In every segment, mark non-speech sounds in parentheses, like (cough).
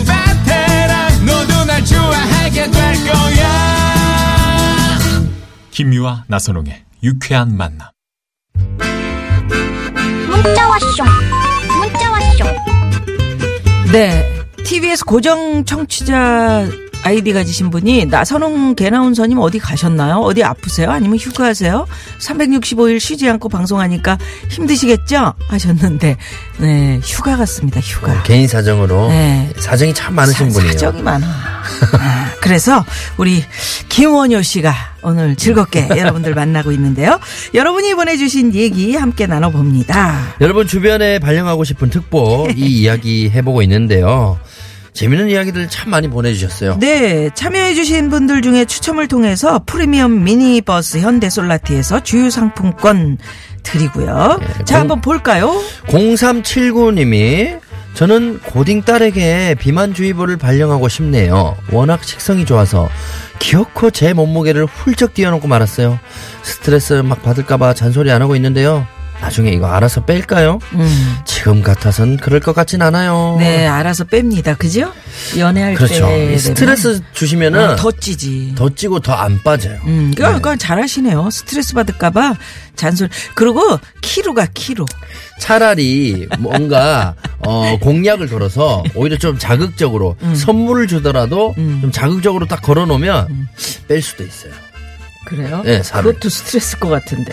베테랑 너도 날 좋아하게 될 거야 김미화 나선홍의 유쾌한 만남. 문자 왔쇼 문자 왔쇼 네. TBS 고정 청취자 아이디 가지신 분이 나선홍 개나운서님 어디 가셨나요? 어디 아프세요? 아니면 휴가하세요? 365일 쉬지 않고 방송하니까 힘드시겠죠? 하셨는데, 네, 휴가 같습니다, 휴가. 개인 사정으로 네. 사정이 참 어, 많으신 사- 분이에요. 사정이 (laughs) 많아. 아, 그래서 우리 김원효 씨가 오늘 (laughs) 즐겁게 여러분들 만나고 있는데요. 여러분이 보내주신 얘기 함께 나눠봅니다. 여러분 주변에 발령하고 (laughs) 싶은 특보 네. 이 이야기 해보고 있는데요. 재밌는 이야기들 참 많이 보내주셨어요. 네, 참여해주신 분들 중에 추첨을 통해서 프리미엄 미니버스 현대 솔라티에서 주유 상품권 드리고요. 자, 공- 한번 볼까요? 0379님이 저는 고딩 딸에게 비만주의보를 발령하고 싶네요. 워낙 식성이 좋아서 기어코 제 몸무게를 훌쩍 뛰어넘고 말았어요. 스트레스 막 받을까봐 잔소리 안 하고 있는데요. 나중에 이거 알아서 뺄까요? 음. 지금 같아선 그럴 것 같진 않아요. 네, 알아서 뺍니다. 그죠? 연애할 어. 그렇죠. 때. 이 되면 스트레스 주시면은 아, 더 찌지. 더 찌고 더 안 빠져요. 음, 그러니까 그건 잘하시네요. 스트레스 받을까봐 잔소리. 그리고 키로가 키로. 차라리 뭔가 어, 공약을 걸어서 오히려 좀 자극적으로 선물을 주더라도 좀 자극적으로 딱 걸어놓으면 뺄 수도 있어요. 그래요? 네, 살을. 그것도 스트레스 것 같은데.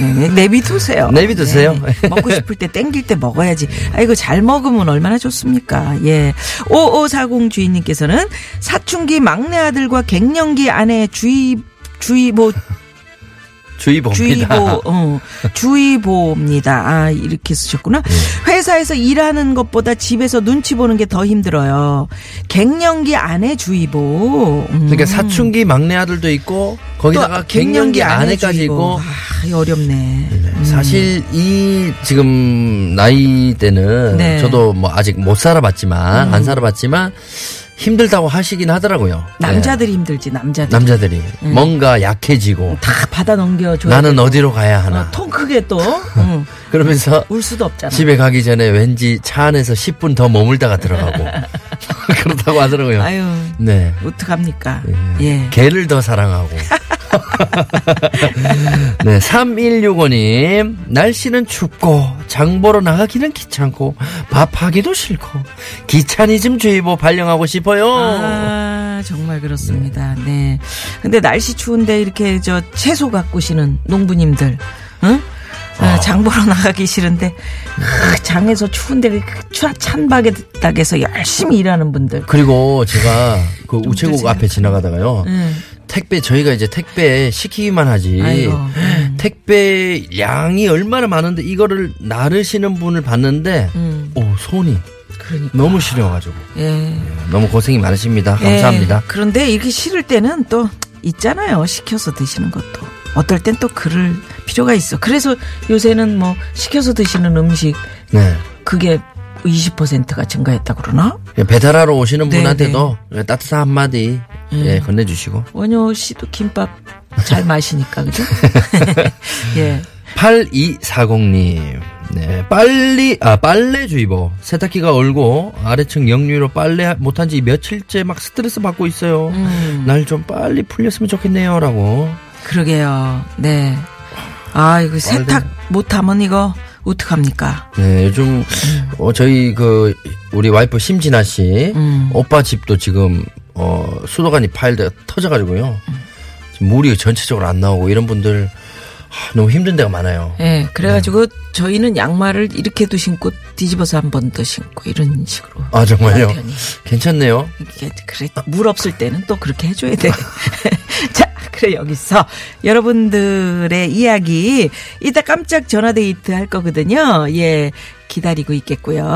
네, 내비두세요. 내비두세요. 네, 먹고 싶을 때 땡길 때 먹어야지. 아, 이거 잘 먹으면 얼마나 좋습니까? 예. 5540 주인님께서는 사춘기 막내 아들과 갱년기 아내 주의, 주의보 (laughs) 뭐, 주의보입니다. 주의보, 어, 주의보입니다. 아, 이렇게 쓰셨구나. 예. 회사에서 일하는 것보다 집에서 눈치 보는 게 더 힘들어요. 갱년기 아내 주의보. 음. 그러니까 사춘기 막내 아들도 있고 거기다가 또 아, 갱년기 아내까지 주의보. 있고 음. 아, 이 어렵네. 사실 이 지금 나이 때는 네. 저도 뭐 아직 못 살아봤지만 안 살아봤지만 힘들다고 하시긴 하더라고요. 네. 남자들이 힘들지 남자들. 남자들이 뭔가 약해지고 다 받아 넘겨줘. 나는 어디로 가야 하나. 아, 통 크게 (laughs) 또 응. 그러면서 울 수도 없잖아. 집에 가기 전에 왠지 차 안에서 10분 더 머물다가 들어가고 (laughs) 그렇다고 하더라고요. 아유 네. 어떡합니까? 예. 개를 더 사랑하고. (laughs) 네, 3165님. 날씨는 춥고, 장보러 나가기는 귀찮고, 밥하기도 싫고, 귀차니즘 주의보 발령하고 싶어요. 아 정말 그렇습니다. 네. 근데 날씨 추운데 이렇게 저 채소 가꾸시는 농부님들, 응? 아, 장 보러 나가기 싫은데 아, 장에서 추운데 그 추- 찬 바닥에서 열심히 일하는 분들. 그리고 제가 그 우체국 힘들지 네. 앞에 지나가다가요. 응. 택배 저희가 이제 택배 시키기만 하지 음. 아이고, 택배 양이 얼마나 많은데 이거를 나르시는 분을 봤는데 오 손이 음. 그러니까. 너무 시려가지고 예. 너무 고생이 많으십니다 예, 감사합니다 그런데 이렇게 싫을 때는 또 있잖아요. 시켜서 드시는 것도. 어떨 땐 또 그럴 필요가 있어. 그래서 요새는 뭐 시켜서 드시는 음식 네 그게 20%가 증가했다고 그러나? 배달하러 오시는 네, 음. 분한테도 따뜻한 한마디 예, 건네주시고 원효 씨도 김밥 (laughs) 잘 마시니까 그죠? (laughs) 예. 8240님 네, 빨리 아 빨래 주의보 세탁기가 얼고 아래층 역류로 빨래 못한 지 며칠째 막 스트레스 받고 있어요 음. 날 좀 빨리 풀렸으면 좋겠네요라고 그러게요. 네. 아, 이거 세탁 못 하면 이거 어떡합니까? 네, 음. 요즘 어, 저희 그 우리 와이프 심진아 씨 음. 오빠 집도 지금 어 수도관이 파일돼 터져가지고요. 지금 물이 전체적으로 안 나오고 이런 분들 하, 너무 힘든 데가 많아요. 예. 그래 가지고 네. 저희는 양말을 이렇게도 신고 뒤집어서 한 번 더 신고 이런 식으로. 아 정말요? 남편이. 괜찮네요. 이게 그래 물 없을 때는 또 그렇게 해줘야 돼. (laughs) 자 그래 여기서 여러분들의 이야기 이따 깜짝 전화 데이트 할 거거든요. 예. 기다리고 있겠고요.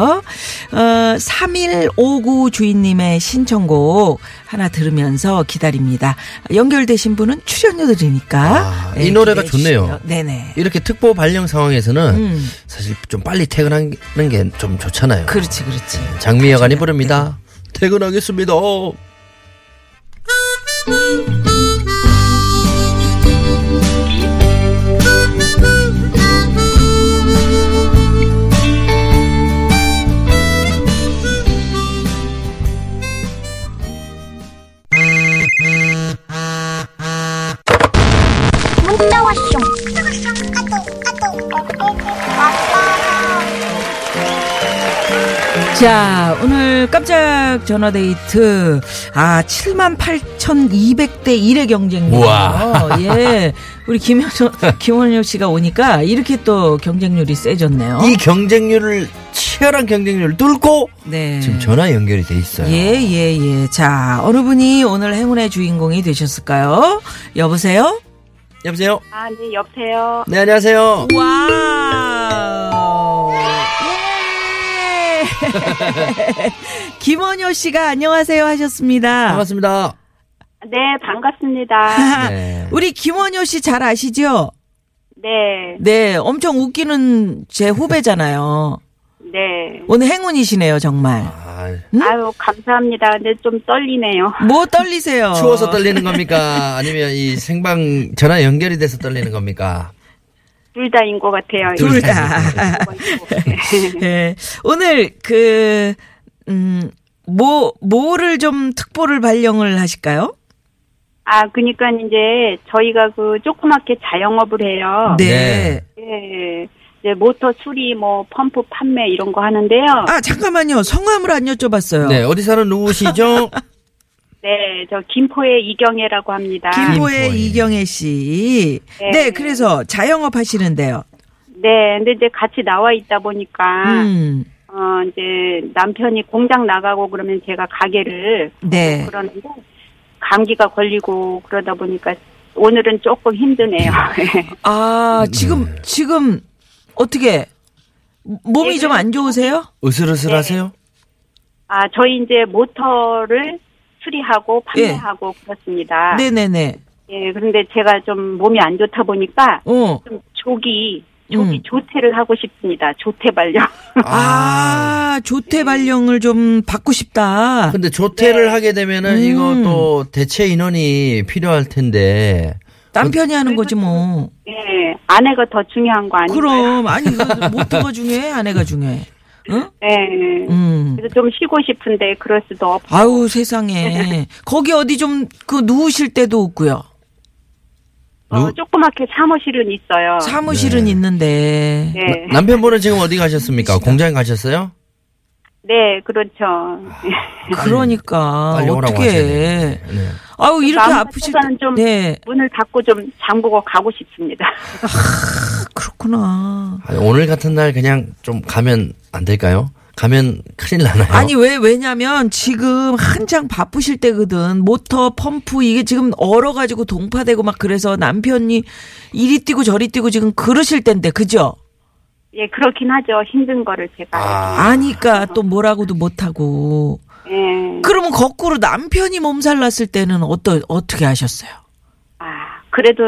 어, 3159 주인님의 신청곡 하나 들으면서 기다립니다. 연결되신 분은 출연료 드리니까. 아, 이 노래가 기대해 주시고요. 좋네요. 네네. 이렇게 특보 발령 상황에서는 음. 사실 좀 빨리 퇴근하는 게 좀 좋잖아요. 그렇지, 그렇죠. 음. 그렇지. 장미 여관이 부릅니다. 퇴근하겠습니다. 어? 문자 왔쇼. 까똑, 까똑. 자, 오늘 깜짝 전화 데이트. 아, 78,200대 1의 경쟁률. 우와. 예. 우리 (laughs) 김현정, 김원효 씨가 오니까 이렇게 또 경쟁률이 세졌네요. 이 경쟁률을 치열한 경쟁률을 뚫고 네. 지금 전화 연결이 돼 있어요. 예, 예, 예. 자, 어느 분이 오늘 행운의 주인공이 되셨을까요? 여보세요? 여보세요. 아, 네, 여보세요. 네 안녕하세요. 와우. 예. (laughs) 김원효 씨가 안녕하세요 하셨습니다. 반갑습니다. 네, 반갑습니다. 아, 네. 우리 김원효 씨 잘 아시죠? 네, 네, 엄청 웃기는 제 후배잖아요. 네. 오늘 행운이시네요, 정말. 아, 아유, 감사합니다. 근데 좀 떨리네요. 뭐 떨리세요? 아, 추워서 떨리는 겁니까? 아니면 이 생방 전화 연결이 돼서 떨리는 겁니까? 둘 다인 것 같아요. (laughs) 둘 다. (laughs) 네. 오늘 그, 음, 뭐, 뭐를 좀 특보를 발령을 하실까요? 아, 그니까 이제 저희가 그 조그맣게 자영업을 해요. 네. 예. 이제 모터 수리, 뭐, 펌프 판매 이런 거 하는데요. 아, 잠깐만요. 성함을 안 여쭤봤어요. 네 어디 사는 (laughs) 누구시죠? 네, 저 김포의 이경애라고 합니다. 김보의 김보혜. 이경애 씨. 네. 네, 그래서 자영업 하시는데요. 네, 근데 이제 같이 나와 있다 보니까, 음. 어, 이제 남편이 공장 나가고 그러면 제가 가게를 네. 그러는데 감기가 걸리고 그러다 보니까 오늘은 조금 힘드네요. (laughs) 아, 지금, 지금, 어떻게, 몸이 좀 안 좋으세요? 으슬으슬하세요? 아 저희 이제 모터를 수리하고 판매하고 그렇습니다. 예. 네네네. 예, 그런데 제가 좀 몸이 안 좋다 보니까 어. 좀 조기 조기 음. 조퇴를 하고 싶습니다. 조퇴 발령. (laughs) 아, 조퇴 발령을 좀 받고 싶다. 근데 조퇴를 하게 되면은 음. 이거 또 대체 인원이 필요할 텐데 남편이 하는 거지 뭐. 예, 아내가 더 중요한 거 아닌가요? 그럼 아니 그 모터가 중요해 아내가 중요해. 응? 예. 음. 그래서 좀 쉬고 싶은데 그럴 수도 없. 아우 세상에 거기 어디 좀 그 누우실 때도 없고요. 어, 조그맣게 사무실은 있어요. 사무실은 있는데. 네, 나- 남편분은 지금 어디 (laughs) 가셨습니까? 공장에 가셨어요? 네, 그렇죠. 아. 그러니까 빨리 오라고 어떻게? 하시네. 네. 아우 이렇게 마음 아프실 같아서는 때- 좀- 네 문을 닫고 좀 잠그고 가고 싶습니다. (laughs) 아, 그렇구나. 아, 오늘 같은 날 그냥 좀 가면 안 될까요? 가면 큰일 나나요? 아니 왜 왜냐면 지금 한창 바쁘실 때거든 모터 펌프 이게 지금 얼어가지고 동파되고 막 그래서 남편이 이리 뛰고 저리 뛰고 지금 그러실 텐데 그죠? 예, 그렇긴 하죠. 힘든 거를 제가. 아니까 또 뭐라고도 못하고 예. 그러면 거꾸로 남편이 몸살 났을 때는 어떠 어떻게 하셨어요? 아, 그래도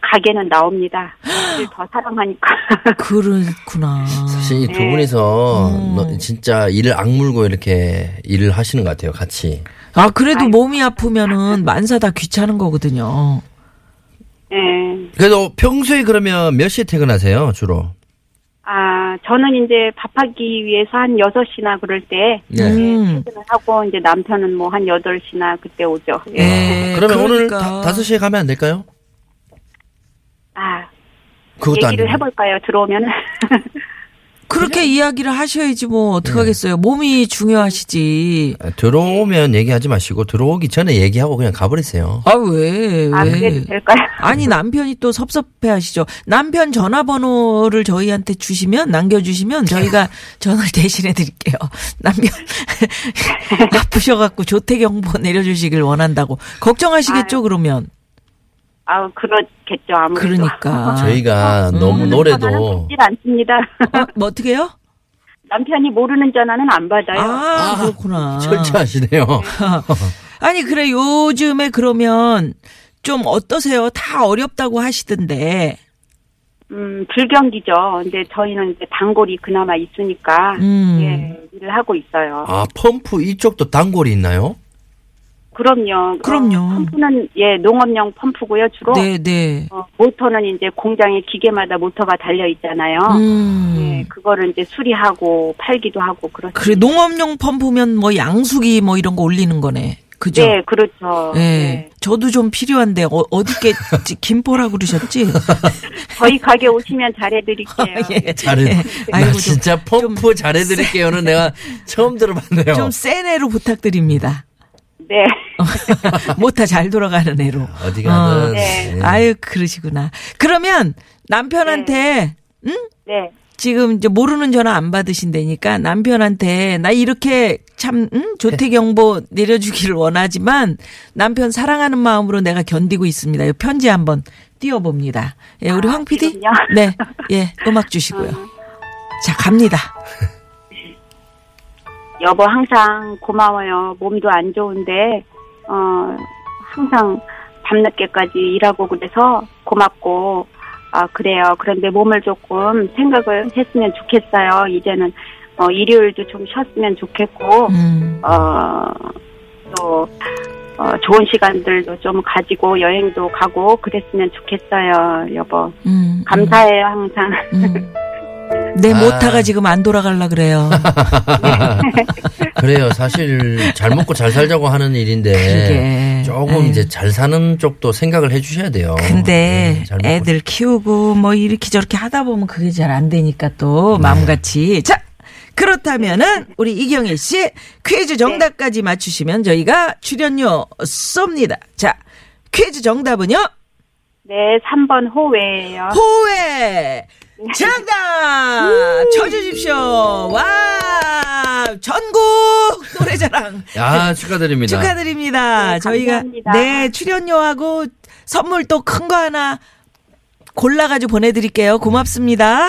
가게는 나옵니다. 사실 더 사랑하니까. (laughs) 그렇구나. 사실 이 두 네. 분이서 음. 너- 진짜 일을 악물고 이렇게 일을 하시는 것 같아요, 같이. 아 그래도 몸이 아프면은 만사 다 귀찮은 거거든요. 예. 그래도 평소에 그러면 몇 시에 퇴근하세요, 주로? 아, 저는 이제 밥하기 위해서 한 6시나 그럴 때 네. 음. 퇴근을 하고 이제 남편은 뭐 한 8시나 그때 오죠. 예. 네. 예, 아, 그러면 오늘 그러니까. 다, 5시에 가면 안 될까요? 아, 그것도 안 얘기를 돼요. 해 볼까요? 들어오면. 그렇게 이야기를 하셔야지 뭐 어떡하겠어요. 네. 몸이 중요하시지. 아, 들어오면 얘기하지 마시고 들어오기 전에 얘기하고 그냥 가버리세요. 아 왜? 네. (laughs) 아, 왜? 그래도 될까요? 아니 남편이 또 섭섭해하시죠. 남편 전화번호를 저희한테 주시면 남겨주시면 (laughs) 저희가 전화를 대신해 드릴게요. 남편 (laughs) 아프셔갖고 조퇴 경보 내려주시길 원한다고 걱정하시겠죠 그러면. 아 그렇겠죠 아무래도. 그러니까. 저희가 너무 음. 전화는 노래도 받질 않습니다. (laughs) 어, 뭐 어떻게요? 남편이 모르는 전화는 안 받아요. 아, 그렇구나. 철저하시네요. 아니 그래 요즘에 그러면 좀 어떠세요? 다 어렵다고 하시던데. 음, 불경기죠. 근데 저희는 이제 단골이 그나마 있으니까 음. 예, 일을 하고 있어요. 아 펌프 이쪽도 단골이 있나요? 그럼요. 그럼요. 어, 펌프는 예 농업용 펌프고요 주로. 네, 네. 어, 모터는 이제 공장에 기계마다 모터가 달려 있잖아요. 음. 예, 그거를 이제 수리하고 팔기도 하고 그렇죠. 그래 농업용 펌프면 뭐 양수기 뭐 이런 거 올리는 거네. 그죠? 네, 그렇죠. 예. 네. 저도 좀 필요한데 어, 어디께 지- 김포라고 (laughs) 그러셨지? 저희 가게 오시면 잘해드릴게요. (laughs) 예. 잘해. 예. 나 아이고, 좀- 진짜 펌프 잘해드릴게요는 내가 처음 들어봤네요. 좀센 애로 부탁드립니다. (laughs) 네. 모타 잘 돌아가는 애로. 어디 가든 어. 네. 네. 아유 그러시구나. 그러면 남편한테 네. 지금 이제 모르는 전화 안 받으신다니까 남편한테 나 이렇게 참 음? 네. 조태경보 내려주기를 원하지만 남편 사랑하는 마음으로 내가 견디고 있습니다. 이 편지 한번 띄워봅니다. 예, 아, 우리 황 PD. 지금요? 네, 예, 음악 주시고요. 자 갑니다. 여보 항상 고마워요. 몸도 안 좋은데 어 항상 밤늦게까지 일하고 그래서 고맙고 아 그래요. 그런데 몸을 조금 생각을 했으면 좋겠어요. 이제는 어 일요일도 좀 쉬었으면 좋겠고 음, 어또 어, 좋은 시간들도 좀 가지고 여행도 가고 그랬으면 좋겠어요. 여보 음, 음, 감사해요 항상. (laughs) 음. 내 아. 모타가 지금 안 돌아갈라 (laughs) 그래요. 그래요. 사실 잘 먹고 잘 살자고 하는 일인데 그러게. 네. 예. 조금 에이. 이제 잘 사는 쪽도 생각을 해주셔야 돼요. 근데 네, 잘 먹고 애들 키우고 뭐 이렇게 저렇게 하다 보면 그게 잘 안 되니까 또 네. 마음같이 자 그렇다면은 우리 이경희 씨 퀴즈 정답까지 맞추시면 저희가 출연료 쏩니다. 자 퀴즈 정답은요 네 3번 호외예요. 호외 정답 쳐주십시오. 와 전국 노래자랑 아 축하드립니다. 축하드립니다. 네, 저희가 감사합니다. 네 출연료하고 선물 또 큰 거 하나 골라가지고 보내드릴게요. 고맙습니다.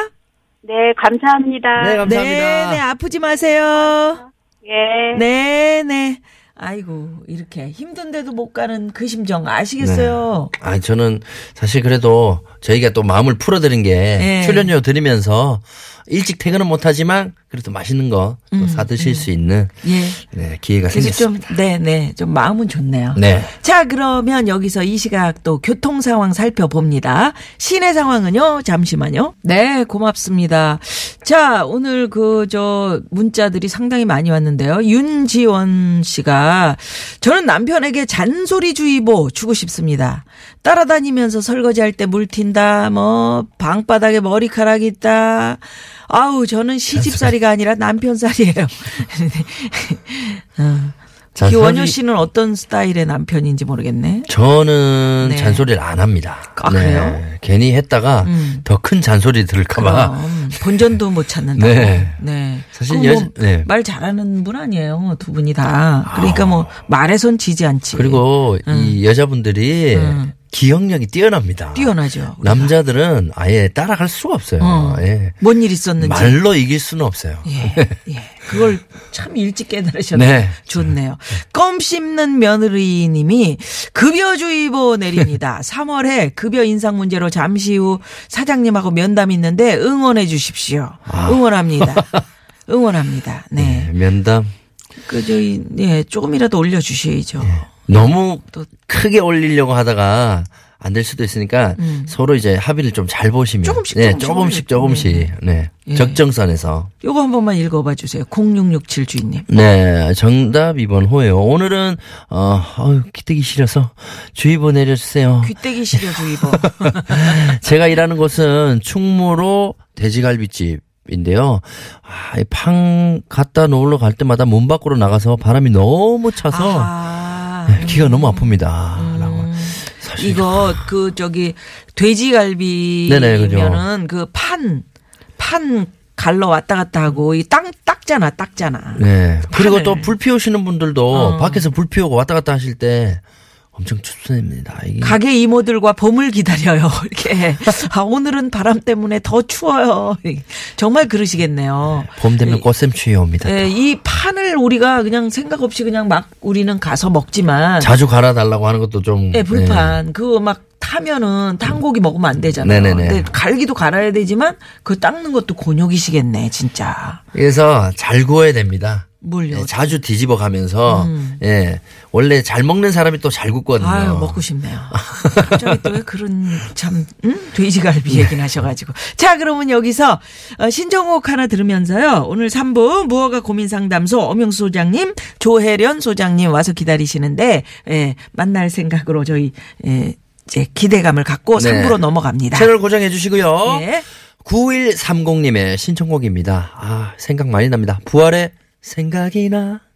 네 감사합니다. 네 감사합니다. 네, 네 아프지 마세요. 예. 네, 네. 아이고 이렇게 힘든데도 못 가는 그 심정 아시겠어요? 아 저는 사실 그래도 저희가 또 마음을 풀어드린 게 네. 출연료 드리면서 일찍 퇴근은 못하지만 그래도 맛있는 거 또 사드실 수 있는 음, 예. 네, 기회가 그래서 좀, 생겼습니다. 네, 네, 좀 마음은 좋네요. 네. 자, 그러면 여기서 이 시각 또 교통 상황 살펴봅니다. 시내 상황은요, 잠시만요. 네, 고맙습니다. 자, 오늘 그, 저, 문자들이 상당히 많이 왔는데요. 윤지원 씨가 저는 남편에게 잔소리주의보 주고 싶습니다. 따라다니면서 설거지할 때 물 튄다, 뭐, 방바닥에 머리카락 있다. 아우, 저는 시집살이가 아니라 남편살이에요. (laughs) 잔소리- 기원효 씨는 어떤 스타일의 남편인지 모르겠네. 저는 네. 잔소리를 안 합니다. 네. 아, 그래요? 괜히 했다가 음. 더 큰 잔소리 들을까봐. 그럼 어, 본전도 못 찾는다. 네. 네. 사실 그럼 여- 네. 아. 말 잘하는 분 아니에요. 두 분이 다. 그러니까 뭐 말에선 지지 않지. 그리고 이 여자분들이 음. 기억력이 뛰어납니다. 뛰어나죠. 우리가. 남자들은 아예 따라갈 수가 없어요. 어. 예. 뭔 일 있었는지. 말로 이길 수는 없어요. 예, 예. 그걸 참 일찍 깨달으셨네. 네. 좋네요. 껌 씹는 며느리님이 급여주의보 (laughs) 내립니다. 3월에 급여 인상 문제로 잠시 후 사장님하고 면담 있는데 응원해 주십시오. 아. 응원합니다. 응원합니다. 네. 네, 면담 그, 저희, 예, 조금이라도 올려주셔야죠. 예. 너무 또- 크게 올리려고 하다가 안 될 수도 있으니까 서로 이제 합의를 좀 잘 보시면 음. 조금씩, 네, 조금씩 예. 조금씩 조금씩 네. 적정선에서 요거 한 번만 읽어봐 주세요. 0667 주인님. 네, 정답 2번 호예요. 오늘은 어, 어휴, 기대기 싫어서 주의보 내려주세요. 귀때기 뭐. 시려 (laughs) 주의보. 제가 일하는 곳은 충무로 돼지갈비집. 인데요. 아, 이팡 갖다 놓으러 갈 때마다 문 밖으로 나가서 바람이 너무 차서 아. 음. 귀가 너무 아픕니다. 라고. 사실 이거 그 저기 네네, 그죠. 돼지갈비면은 그 판 판 갈러 왔다 갔다 하고 이 땅 닦잖아 닦잖아. 네. 그리고 판을. 어. 또 불 피우시는 분들도 밖에서 불 피우고 왔다 갔다 하실 때 엄청 춥습니다. 이게 가게 이모들과 봄을 기다려요. (laughs) 이렇게. 아, 오늘은 바람 때문에 더 추워요. 정말 그러시겠네요. 봄 되면 꽃샘추위 옵니다. 예, 이 판을 우리가 그냥 생각 없이 그냥 막 우리는 가서 먹지만 자주 갈아달라고 하는 것도 좀 예, 불판 그거 막 타면은 탄 고기 먹으면 안 되잖아요. 네네네. 근데 갈기도 갈아야 되지만 그 닦는 것도 곤욕이시겠네, 진짜. 예. 그래서 잘 구워야 됩니다. 뭘요? 예, 자주 뒤집어 가면서 예 원래 잘 먹는 사람이 또 잘 굽거든요. 음. 아유 먹고 싶네요. 갑자기 또 왜 그런 참 음? 돼지갈비 네. 얘기를 하셔가지고 자 그러면 여기서 어, 신정옥 하나 들으면서요 오늘 3부 무허가 고민 상담소 엄영수 소장님 조혜련 소장님 와서 기다리시는데 예, 만날 생각으로 저희 예, 이제 기대감을 갖고 네. 3부로 넘어갑니다. 채널 고정해 주시고요. 예. 9130님의 신청곡입니다. 아 생각 많이 납니다. 부활의 생각이나